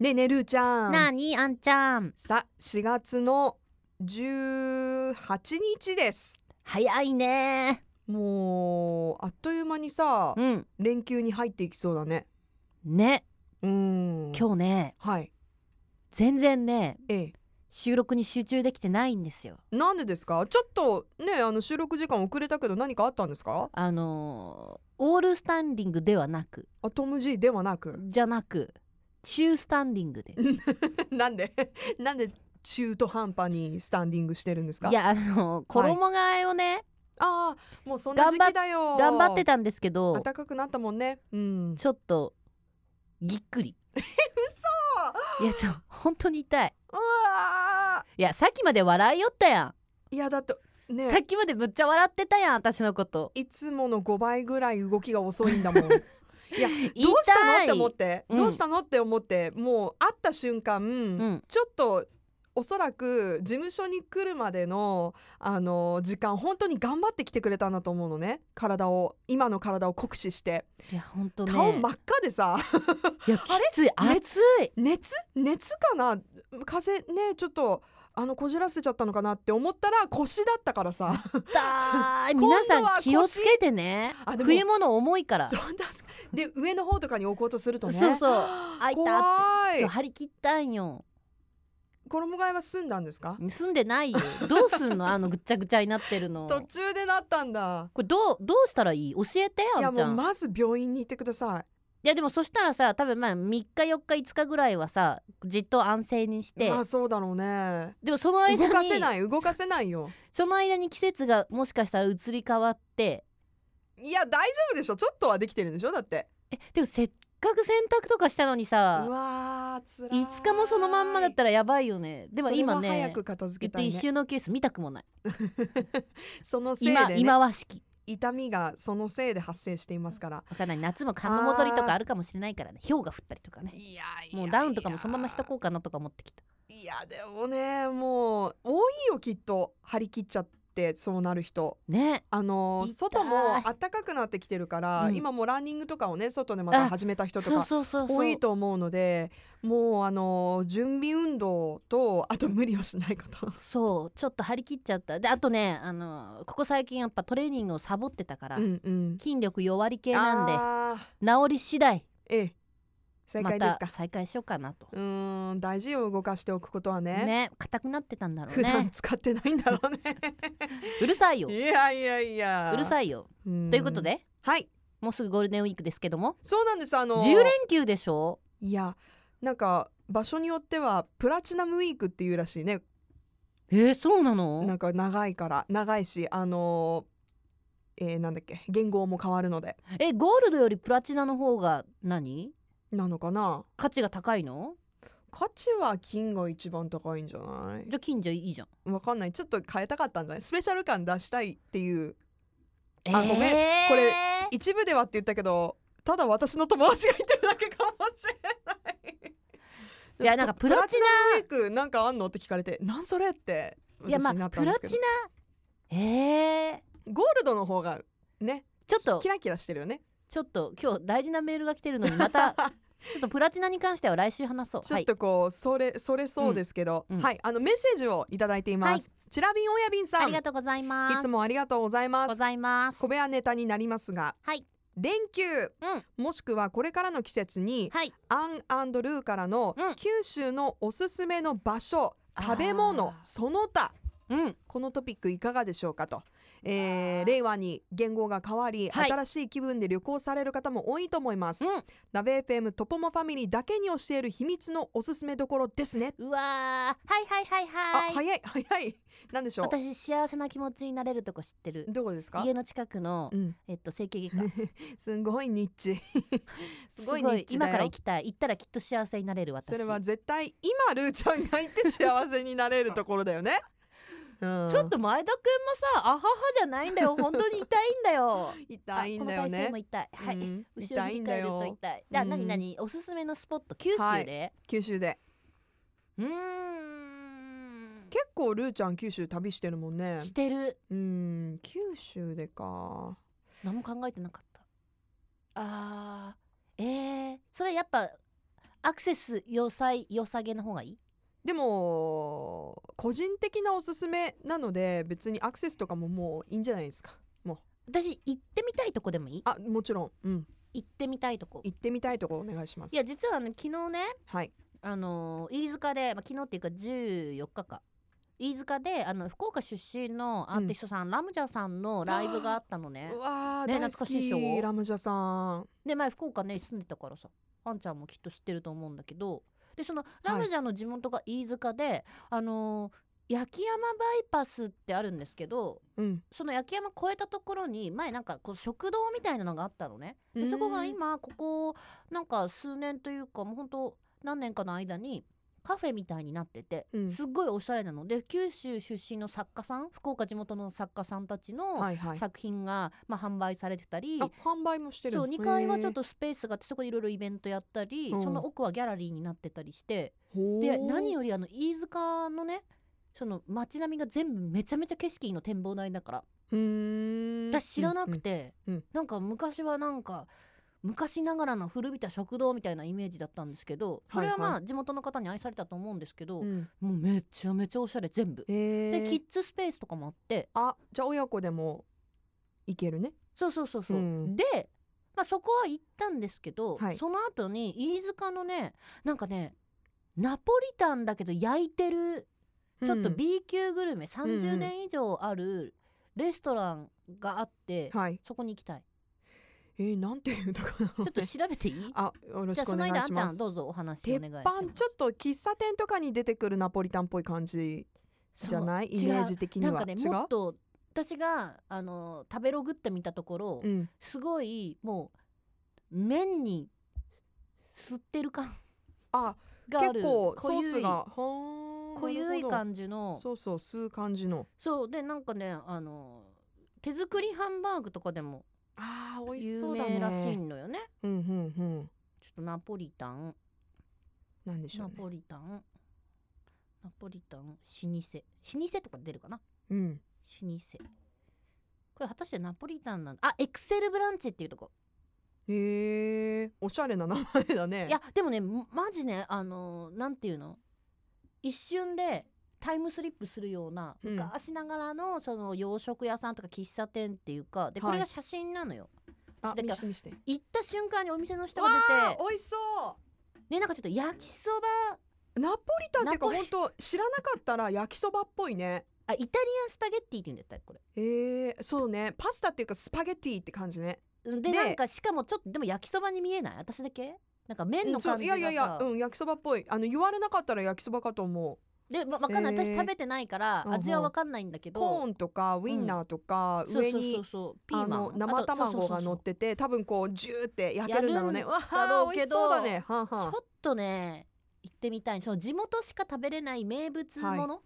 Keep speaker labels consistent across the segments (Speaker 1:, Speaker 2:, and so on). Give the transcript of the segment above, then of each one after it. Speaker 1: ねえねるーちゃん
Speaker 2: なあにあんちゃん
Speaker 1: さあ4月の18日です
Speaker 2: 早いね
Speaker 1: もうあっという間にさ
Speaker 2: うん
Speaker 1: 連休に入っていきそうだね
Speaker 2: ね
Speaker 1: うーん
Speaker 2: 今日ね
Speaker 1: はい
Speaker 2: 全然ね
Speaker 1: ええ
Speaker 2: 収録に集中できてないんですよ
Speaker 1: なんでですかちょっとねあの収録時間遅れたけど何かあったんですか
Speaker 2: あのーオールスタンディングではなく
Speaker 1: あトム・ジーではなく
Speaker 2: じゃなく中スタンディングで
Speaker 1: なんで なんで中途半端にスタンディングしてるんですか
Speaker 2: いやあのー衣替えをね、
Speaker 1: ああもうそんな時期だよ
Speaker 2: 頑張ってたんですけど
Speaker 1: 暖かくなったもんねうん
Speaker 2: ちょっとぎっ くりいやちょ本当に痛いう
Speaker 1: わ
Speaker 2: いやさっきまで笑いよったや
Speaker 1: ーいやだって
Speaker 2: ん、
Speaker 1: ね
Speaker 2: さっきまでむっちゃ笑ってたやん私のこと
Speaker 1: いつもの5倍ぐらい動きが遅いんだ もんどう
Speaker 2: 痛い
Speaker 1: したのって思って、
Speaker 2: うん
Speaker 1: どうしたのって思ってもう会った瞬間、
Speaker 2: うん
Speaker 1: ちょっとおそらく事務所に来るまでのあの時間本当に頑張ってきてくれたんだと思うのね体を今の体を酷使して、
Speaker 2: いや本当ね
Speaker 1: 顔真っ赤でさ
Speaker 2: いやきつい
Speaker 1: れ
Speaker 2: 熱い
Speaker 1: 熱熱かな風邪ねちょっとあのこじらせちゃったのかなって思ったら腰だったから さ
Speaker 2: 痛い
Speaker 1: 今度は
Speaker 2: 皆さん気をつけてね
Speaker 1: あでも
Speaker 2: 冬物重いから
Speaker 1: そう確かで上の方とかに置こうとするとね
Speaker 2: そうそう あいたって
Speaker 1: 怖い
Speaker 2: そう張り切ったんよ
Speaker 1: 衣替えは済んだんですか
Speaker 2: 住んでないよどうすんのあのぐっちゃぐちゃになって るの
Speaker 1: 途中でなったんだ
Speaker 2: これどうどうしたらいい教えて
Speaker 1: い
Speaker 2: あ
Speaker 1: や
Speaker 2: んち
Speaker 1: も
Speaker 2: ゃ
Speaker 1: うん
Speaker 2: い
Speaker 1: まず病院に行ってくださ
Speaker 2: やでもそしたらさ多分まあ3日4日5日ぐらいはさじっと安静にし
Speaker 1: い
Speaker 2: て
Speaker 1: まあそうだろうね
Speaker 2: でもその
Speaker 1: 動
Speaker 2: 間
Speaker 1: か
Speaker 2: に
Speaker 1: せない動かせないよ
Speaker 2: その間に季節がもしかしたら移り変わって
Speaker 1: いや大丈夫でしょちょっとはできてるんでしょだって
Speaker 2: えでもせっかく洗濯とかしたのに
Speaker 1: う
Speaker 2: さ
Speaker 1: わーつらい
Speaker 2: 5日もそのまんまだったらやばいよねでも今
Speaker 1: それは
Speaker 2: ね
Speaker 1: 早く片付
Speaker 2: 言
Speaker 1: け
Speaker 2: ったて
Speaker 1: い
Speaker 2: 一
Speaker 1: ね
Speaker 2: 収納ケース見たくもない
Speaker 1: そのせい
Speaker 2: 今
Speaker 1: で、ね、
Speaker 2: 今は式
Speaker 1: 痛みがそのせいで発生していますから
Speaker 2: わかんない夏も寒の戻りとかあるかもしれないからね氷が降ったりとかね
Speaker 1: いやいや
Speaker 2: もうダウンとかもそのまましと
Speaker 1: う
Speaker 2: こうかなとか思ってきた
Speaker 1: いやでもねもう多いよきっと張り切っちゃってそうなる人
Speaker 2: ね
Speaker 1: あの
Speaker 2: 痛い
Speaker 1: 外も暖かくなってきてるから、
Speaker 2: うん
Speaker 1: 今もうランニングとかをね外でまた始めた人と
Speaker 2: そう
Speaker 1: か
Speaker 2: そうそうそう
Speaker 1: 多いと思うのでもうあの準備運動とあと無理をしないこと
Speaker 2: そうちょっと張り切っちゃったであとねあのここ最近やっぱトレーニングをサボってたから、
Speaker 1: うんうん
Speaker 2: 筋力弱り系なんで
Speaker 1: あ
Speaker 2: 治り次第
Speaker 1: ーええ正
Speaker 2: ま
Speaker 1: 解です
Speaker 2: た
Speaker 1: か、
Speaker 2: 再開しようかなと
Speaker 1: うーん大事を動かしておくことはね
Speaker 2: ね硬くなってたんだろう
Speaker 1: 普段
Speaker 2: ね
Speaker 1: 使ってないんだろうね
Speaker 2: うるさい よ
Speaker 1: いやいやいや
Speaker 2: うる
Speaker 1: い
Speaker 2: さいよ
Speaker 1: と
Speaker 2: ということで
Speaker 1: はい
Speaker 2: もうすぐゴールデンウィークですけども
Speaker 1: そうなんですあの
Speaker 2: 10連休でしょ
Speaker 1: いやなんか場所によってはプラチナムウィークっていうらしいね
Speaker 2: えー、そうなの
Speaker 1: なんか長いから長いしあのーえーなんだっけ言語も変わるので
Speaker 2: えゴールドよりプラチナの方が何
Speaker 1: なのかな
Speaker 2: 価値が高いの
Speaker 1: 価値は金が一番高いんじゃな
Speaker 2: じゃあ近所いいじゃん
Speaker 1: いわかんないちょっと変えたかったんじゃないスペシャル感出したいっていう
Speaker 2: えー
Speaker 1: ごめんこれ一部ではって言ったけどただ私の友達が言ってるだけかもしれない
Speaker 2: いやなんかプラチ
Speaker 1: ナウィークなんかあんのって聞かれてなんそれって
Speaker 2: いやま
Speaker 1: 私にな
Speaker 2: あ
Speaker 1: った
Speaker 2: プ
Speaker 1: んで
Speaker 2: ラ
Speaker 1: すけど
Speaker 2: チナえー、
Speaker 1: ゴールドの方がね
Speaker 2: ちょっと
Speaker 1: キラキラしてるよね
Speaker 2: ちょっと今日大事なメールが来てるのに またちょっとプラチナに関しては来週話そう
Speaker 1: ちょっとこう、それそれそうですけど、
Speaker 2: うんうん
Speaker 1: はいあのメッセージをいただいています、チラビン親便
Speaker 2: はい、
Speaker 1: さ
Speaker 2: あ
Speaker 1: ん
Speaker 2: り
Speaker 1: い
Speaker 2: がとうございます
Speaker 1: つもありがとうございま
Speaker 2: ご
Speaker 1: す
Speaker 2: ざいます
Speaker 1: 小部屋ネタになりますが
Speaker 2: はい
Speaker 1: 連休、もしくはこれからの季節に、
Speaker 2: はい
Speaker 1: アンルーからの
Speaker 2: うん
Speaker 1: 九州のおすすめの場所、
Speaker 2: あー
Speaker 1: 食べ物その他
Speaker 2: うん
Speaker 1: このトピックいかがでしょうかと、えー令和に言語が変わり、
Speaker 2: はい
Speaker 1: 新しい気分で旅行される方も多いと思います、
Speaker 2: うん
Speaker 1: ラベ FM トポモファミリーだけに教える秘密のおすすめどころですね、
Speaker 2: うわーはいはいはいは
Speaker 1: あ
Speaker 2: い
Speaker 1: 早い早いなんでしょう
Speaker 2: 私幸せな気持ちになれるとこ知ってる
Speaker 1: どこですか
Speaker 2: 家の近くの、
Speaker 1: うん、
Speaker 2: えっと整形外科
Speaker 1: すんごいニッ チすごいニッチだよ
Speaker 2: 今から行きたい行ったらきっと幸せになれる私
Speaker 1: それは絶対今ルーちゃんがいて幸せになれるところだよね、うん、
Speaker 2: ちょっと前田くんもさあははじゃないん だよ本当に痛いんだよ
Speaker 1: 痛いんだよ
Speaker 2: あこの体勢
Speaker 1: ね
Speaker 2: も痛いはい、
Speaker 1: うん
Speaker 2: 後ろ
Speaker 1: 痛
Speaker 2: 振
Speaker 1: い
Speaker 2: り
Speaker 1: んだ
Speaker 2: 返る
Speaker 1: よ
Speaker 2: と痛い。だ、
Speaker 1: うん
Speaker 2: なになに、おすすめのスポット、九州で。
Speaker 1: はい九州で
Speaker 2: うーん。
Speaker 1: 結構ルーちゃん九州旅してるもんね
Speaker 2: してる、
Speaker 1: うん九州でか
Speaker 2: 何も考えてなかった。あーえー、それやっぱ。アクセス良さい良さげの方がいい
Speaker 1: でも個人的なおすすめなので別にアクセスとかももういいんじゃないですか
Speaker 2: 私行ってみたいとこでもいい
Speaker 1: あもちろん、うん、
Speaker 2: 行ってみたいとこ
Speaker 1: 行ってみたいとこお願いします
Speaker 2: いや実はあの昨日ね
Speaker 1: はい
Speaker 2: あのー飯塚で、まあ、昨日っていうか14日か飯塚であの福岡出身のアーティストさん、ラムジャさんのライブがあったのね
Speaker 1: うわー、
Speaker 2: ね
Speaker 1: 大
Speaker 2: 懐か
Speaker 1: 好
Speaker 2: しいでしょ
Speaker 1: きラムジャさん
Speaker 2: で前福岡ね住んでたからさあんちゃんもきっと知ってると思うんだけどでそのラムジャの地元が飯塚で、あのー焼山バイパスってあるんですけど
Speaker 1: うん
Speaker 2: その焼山越えたところに前なんかこう食堂みたいなのがあったのね
Speaker 1: う
Speaker 2: で
Speaker 1: ん
Speaker 2: そこが今ここなんか数年というかもうほんと何年かの間にカフェみたいになってて、
Speaker 1: うん
Speaker 2: すっごいおしゃれなので九州出身の作家さん福岡地元の作家さんたちの
Speaker 1: はいはい
Speaker 2: 作品が、まあ、販売されてたり
Speaker 1: あ販売もしてる
Speaker 2: そう2階はちょっ
Speaker 1: と
Speaker 2: とスペースがあってそこでいろいろイベントやったり、
Speaker 1: うん
Speaker 2: その奥はギャラリーになってたりしてで何よりあの飯塚のねその街並みが全部めちゃめちゃ景色いいの展望台だから私知らなくて、
Speaker 1: うんうん
Speaker 2: なんか昔はなんか昔ながらの古びた食堂みたいなイメージだったんですけどそれはま
Speaker 1: は
Speaker 2: あ地元の方に愛されたと思うんですけど、
Speaker 1: うんうん
Speaker 2: もうめちゃめちゃおしゃれ全部。
Speaker 1: えー
Speaker 2: でキッズスペースとかもあって
Speaker 1: あじゃあ親子でも行けるね
Speaker 2: そうそうそうそう、
Speaker 1: うん
Speaker 2: で、まあ、そこは行ったんですけど、
Speaker 1: はい
Speaker 2: その後に飯塚のねなんかねナポリタンだけど焼いてるちょっと B 級グルメ、30年以上あるレストランがあって、
Speaker 1: うんはい
Speaker 2: そこに行き たい
Speaker 1: えー、なんていうとこなの
Speaker 2: ちょっと調べていい
Speaker 1: あよろ
Speaker 2: じゃ
Speaker 1: しく
Speaker 2: あそ
Speaker 1: お
Speaker 2: の
Speaker 1: 願い
Speaker 2: 間あ
Speaker 1: し
Speaker 2: んちゃ
Speaker 1: ま
Speaker 2: ん
Speaker 1: す
Speaker 2: どうぞお話
Speaker 1: 鉄
Speaker 2: お願いします
Speaker 1: 板ちょっと喫茶店とかに出てくるナポリタンっぽい感じじゃない
Speaker 2: そう
Speaker 1: イメージ的には
Speaker 2: なんかね
Speaker 1: 違う
Speaker 2: もっと私があの食べログって見たところ、
Speaker 1: うん、
Speaker 2: すごいもう麺に吸ってる感
Speaker 1: あ
Speaker 2: がある
Speaker 1: 結構
Speaker 2: 濃
Speaker 1: ソー
Speaker 2: ゆい
Speaker 1: スがはー
Speaker 2: 濃ゆい
Speaker 1: なるほど
Speaker 2: 感じのそう
Speaker 1: そうそう吸う感じの
Speaker 2: でなんかねあの手作りハンバーグとかでも
Speaker 1: あー美味し
Speaker 2: 有
Speaker 1: そうだね
Speaker 2: 名らしいのよね
Speaker 1: うんうんうん
Speaker 2: ちょっとナポリタン
Speaker 1: なんでしょうね
Speaker 2: ナポリタンナポリタン老舗老舗とか出るかな
Speaker 1: うん
Speaker 2: 老舗これ果たしてナポリタンなんだあエクセルブランチっていうとこ
Speaker 1: へえおしゃれな名前だね
Speaker 2: いやでもねマジねあのーなんていうの一瞬でタイムスリップするような
Speaker 1: うん
Speaker 2: 昔ながらのその洋食屋さんとか喫茶店っていうかで
Speaker 1: はい
Speaker 2: これが写真なのよ、
Speaker 1: あ
Speaker 2: だ
Speaker 1: 見
Speaker 2: から
Speaker 1: して見して
Speaker 2: 行った瞬間にお店の人
Speaker 1: わ
Speaker 2: が出て
Speaker 1: あ美味しそう
Speaker 2: ねなんかちょっと焼きそば
Speaker 1: ナポリタンっていうか
Speaker 2: ナポリ
Speaker 1: 本当知らなかったら焼きそばっぽいね。
Speaker 2: あイタリアンスパゲッティって言うんだったこれ
Speaker 1: えー、そうねパスタっていうかスパゲッティって感じね。
Speaker 2: うんで
Speaker 1: で
Speaker 2: なんかしかもちょっとでも焼きそばに見えない私だけなんか麺の
Speaker 1: そ
Speaker 2: 感
Speaker 1: うい
Speaker 2: じが
Speaker 1: や
Speaker 2: さ
Speaker 1: いやいや、うん、焼きそばっぽいあの言われなかったら焼きそばかと思う
Speaker 2: で、ま、わかんない、
Speaker 1: へー
Speaker 2: 私食べてないから
Speaker 1: うんうん
Speaker 2: 味はわかんないんだけど
Speaker 1: コーンとかウインナーとか、
Speaker 2: そう
Speaker 1: 上
Speaker 2: そう
Speaker 1: に
Speaker 2: そうそうピ
Speaker 1: あ
Speaker 2: ーマ
Speaker 1: の
Speaker 2: ン
Speaker 1: 生卵が乗
Speaker 2: て
Speaker 1: ってて多分こうジューって焼けるんだろうね
Speaker 2: や
Speaker 1: わ
Speaker 2: ろ
Speaker 1: あ
Speaker 2: う
Speaker 1: 美
Speaker 2: け
Speaker 1: 味し
Speaker 2: ど
Speaker 1: そうだねはんはん
Speaker 2: ちょっとね行ってみたいその地元しか食べれない名物もの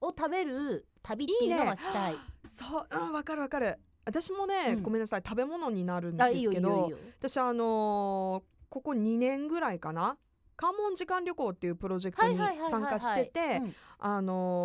Speaker 2: を食べる旅っていうのはしたい。
Speaker 1: そううんわかるわかる私もね、
Speaker 2: うん
Speaker 1: ごめんなさい食べ物になるんで
Speaker 2: あいい
Speaker 1: す
Speaker 2: よい
Speaker 1: け
Speaker 2: い
Speaker 1: ど
Speaker 2: よいいよ。
Speaker 1: 私あのーここ2年ぐらいかな関門時間旅行っていうプロジェクトに参加してて
Speaker 2: うん
Speaker 1: あ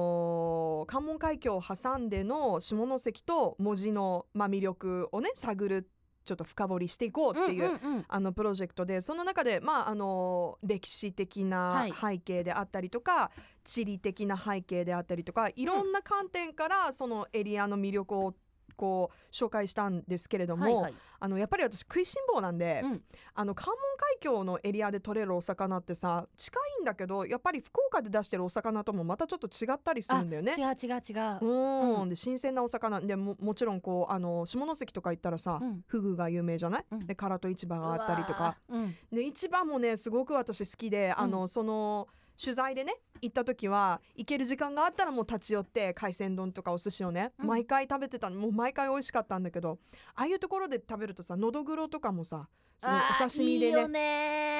Speaker 1: のー関門海峡を挟んでの下関と文字の、まあ、魅力をね探るちょっと深掘りしていこうっていう。
Speaker 2: うんうんうん
Speaker 1: あのプロジェクトでその中で、まあ、あの歴史的な
Speaker 2: はい
Speaker 1: 背景であったりとか、地理的な背景であったりとかいろんな観点からそのエリアの魅力をこう紹介したんですけれども、
Speaker 2: はいはい
Speaker 1: あのやっぱり私食いしん坊なんで、
Speaker 2: うん
Speaker 1: あの関門海峡のエリアで取れるお魚ってさ近いんだけどやっぱり福岡で出してるお魚ともまたちょっと違ったりするんだよね。
Speaker 2: 違う違う違
Speaker 1: う
Speaker 2: う。
Speaker 1: ん
Speaker 2: うん
Speaker 1: で新鮮なお魚でももちろんこうあの下関とか行ったらさ、
Speaker 2: うん
Speaker 1: フグが有名じゃない、
Speaker 2: うん
Speaker 1: で唐戸市場があったりとか
Speaker 2: うわー。うん
Speaker 1: で市場もねすごく私好きであの、その取材でね行った時は行ける時間があったらもう立ち寄って海鮮丼とかお寿司をね、
Speaker 2: うん
Speaker 1: 毎回食べてたのもう毎回美味しかったんだけどああいうところで食べるとさのどぐろとかもさそのお刺身で
Speaker 2: あ
Speaker 1: ね
Speaker 2: ーいいよ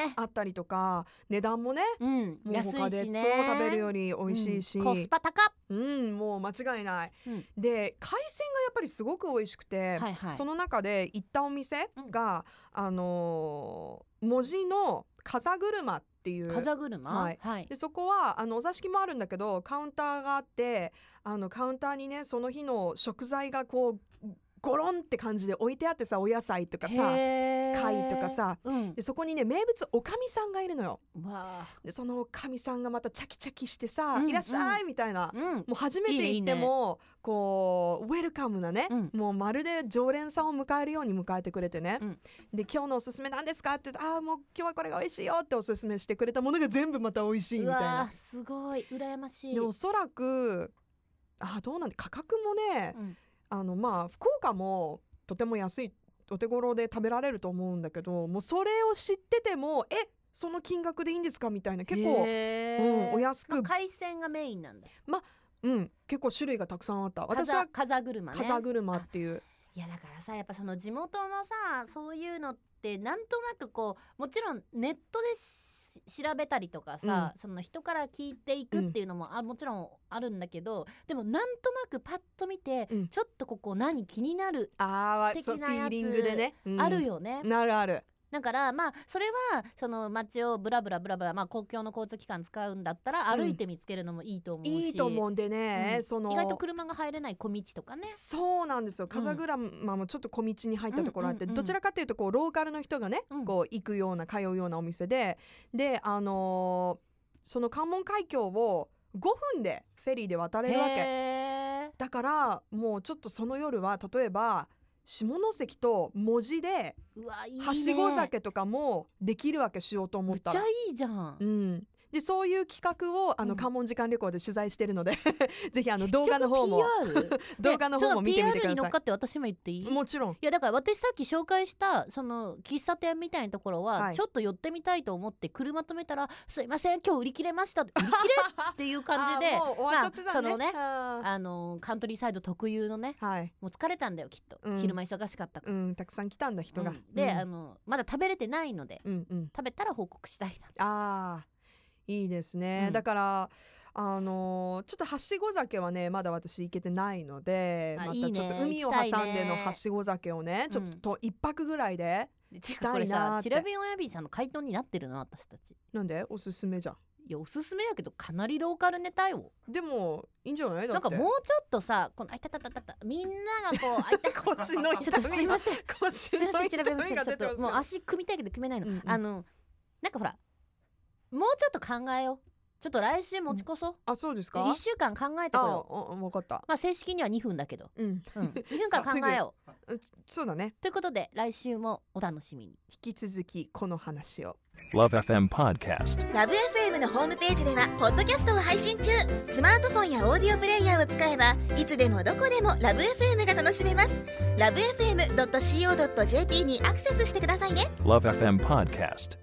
Speaker 2: ね
Speaker 1: あったりとか値段もね
Speaker 2: うん
Speaker 1: もう
Speaker 2: 安
Speaker 1: 他
Speaker 2: い
Speaker 1: で
Speaker 2: しね。
Speaker 1: そう食べるより美味しいし、
Speaker 2: うんコスパ高っ。
Speaker 1: うん、もう間違いない。
Speaker 2: うん
Speaker 1: で海鮮がやっぱりすごく美味しくて、
Speaker 2: はいはい
Speaker 1: その中で行ったお店が、あのー文字の風車っていう。
Speaker 2: 風車
Speaker 1: はい
Speaker 2: はい
Speaker 1: で。そこはあのお座敷もあるんだけどカウンターがあってあのカウンターにねその日の食材がこうゴロンって感じで置いてあってさお野菜とかさ
Speaker 2: 貝
Speaker 1: 貝とか、さ
Speaker 2: うん
Speaker 1: で、そこにね名物おかみさんがいるのよ
Speaker 2: わ
Speaker 1: でそのおかみさんがまたチャキチャキしてさ「
Speaker 2: うん
Speaker 1: いらっしゃい」みたいな、
Speaker 2: あうん
Speaker 1: もう初めて行ってもこうウェルカムなね、
Speaker 2: うん
Speaker 1: もうまるで常連さんを迎えるように迎えてくれてね、
Speaker 2: うん
Speaker 1: で今日のおすすめなんですかって言ってああもう今日はこれが美味しいよっておすすめしてくれたものが全部また美味しいみ
Speaker 2: う
Speaker 1: たい
Speaker 2: わ
Speaker 1: な
Speaker 2: ー。すごい羨ましい
Speaker 1: でおそらくあーどうなんで価格もね、
Speaker 2: うん
Speaker 1: あのまあ福岡もとても安いお手頃で食べられると思うんだけどもうそれを知っててもえその金額でいいんですかみたいな結構、うん、お安
Speaker 2: まあ
Speaker 1: く、
Speaker 2: 海鮮がメインなんだ
Speaker 1: うん、結構種類がたくさんあった私
Speaker 2: 私
Speaker 1: は
Speaker 2: は風車ね
Speaker 1: 風車っていう、
Speaker 2: いやだからさやっぱその地元のさそういうのってなんとなくこうもちろんネットでし調べたりとかさ、その人から聞いていくっていうのも、あもちろんあるんだけどでもなんとなくパッと見て、
Speaker 1: うん
Speaker 2: ちょっとここ何気になる、
Speaker 1: ああ
Speaker 2: 的
Speaker 1: そうフ
Speaker 2: なやつ
Speaker 1: ィーリングでね、
Speaker 2: ある
Speaker 1: よ
Speaker 2: よね。
Speaker 1: なるある
Speaker 2: だからまあそれはその街をブラブラブラブラ、まあ、公共の交通機関使うんだったら
Speaker 1: うん
Speaker 2: 歩いて見つけるのもいいと思うし、
Speaker 1: いいと思うんでね、
Speaker 2: うん
Speaker 1: その
Speaker 2: 意外と車が入れない小道とかね。
Speaker 1: そうなんですよ風車もちょっと小道に入ったところあって、
Speaker 2: うんうんうん
Speaker 1: どちらかというとこうローカルの人がね、
Speaker 2: うん
Speaker 1: こう行くような通うようなお店でであのーその関門海峡を5分でフェリーで渡れるわけ
Speaker 2: へー
Speaker 1: だからもうちょっとその夜は例えば下関と文字で
Speaker 2: うわいいね
Speaker 1: はしご酒とかもできるわけしようと思
Speaker 2: め
Speaker 1: っ
Speaker 2: ったち
Speaker 1: ら
Speaker 2: ゃ。いいじゃん
Speaker 1: う。んでそういう企画をあ
Speaker 2: う
Speaker 1: の
Speaker 2: ん
Speaker 1: 関門時間旅行で取材してる のでぜひあの動画の方も
Speaker 2: PR
Speaker 1: 動画の方も見てみてくだ
Speaker 2: でその PR に乗
Speaker 1: さ
Speaker 2: っかって私も言っていい
Speaker 1: い。もちろん
Speaker 2: いやだから私さっき紹介したその喫茶店みたいなところは、
Speaker 1: はい
Speaker 2: ちょっと寄ってみたいと思って車止めたら「すいません今日売り切れました」売り切れっていう感じで
Speaker 1: あーもう終わっちゃってたね,、
Speaker 2: まあそのね
Speaker 1: あ
Speaker 2: あのカントリーサイド特有のね
Speaker 1: ーはい、
Speaker 2: もう疲れたんだよきっと、
Speaker 1: うん
Speaker 2: 昼間忙しかったか
Speaker 1: うん、たくさん来たんだ人が、
Speaker 2: ら、うんで、
Speaker 1: うん
Speaker 2: あのまだ食べれてないので
Speaker 1: うんうん
Speaker 2: 食べたら報告したいな
Speaker 1: あーいいですね、
Speaker 2: うん
Speaker 1: だからあのーちょっとはしご酒はねまだ私行けてないので
Speaker 2: あ
Speaker 1: また
Speaker 2: い
Speaker 1: ちょ
Speaker 2: い
Speaker 1: っ
Speaker 2: ね
Speaker 1: と海を
Speaker 2: 行
Speaker 1: 挟
Speaker 2: きたい
Speaker 1: んでの
Speaker 2: ね
Speaker 1: はしご酒をねちょっと一泊ぐらいで、
Speaker 2: し
Speaker 1: したいなーって
Speaker 2: これさチラビオンヤビーさんの回答になってるな私たち
Speaker 1: なんでおすすめじゃん
Speaker 2: いやおすすめだけどかなりローカルネタよ
Speaker 1: でもいいんじゃないだ
Speaker 2: なん
Speaker 1: って
Speaker 2: かもうちょっとさこのあいたたたたたみんながこうあいた
Speaker 1: 腰の痛み
Speaker 2: ちょっとすいません
Speaker 1: 腰
Speaker 2: すいま
Speaker 1: の
Speaker 2: せん、チラベム
Speaker 1: 痛み
Speaker 2: ちょ
Speaker 1: が
Speaker 2: っ
Speaker 1: 出てます
Speaker 2: と
Speaker 1: け
Speaker 2: もう
Speaker 1: ど
Speaker 2: 足組みたいけど組めないの、
Speaker 1: うんうん
Speaker 2: あのなんかほらもうちょっと考えようちょっと来週持ち越そう、
Speaker 1: あそうです
Speaker 2: で
Speaker 1: か
Speaker 2: 一週間考えて
Speaker 1: あ
Speaker 2: こよう
Speaker 1: お分かった
Speaker 2: まあ正式には2分だけど、
Speaker 1: うん
Speaker 2: うん、2分間考えよう
Speaker 1: そうだね
Speaker 2: ということで来週もお楽しみに
Speaker 1: 引き続きこの話を
Speaker 3: Love FM Podcast.
Speaker 4: ラブ f m のホームページではポッドキャストを配信中スマートフォンやオーディオプレイヤーを使えばいつでもどこでもラブ f m が楽しめますラブ FM.co.jp にアクセスしてくださいね
Speaker 3: Love FM Podcast.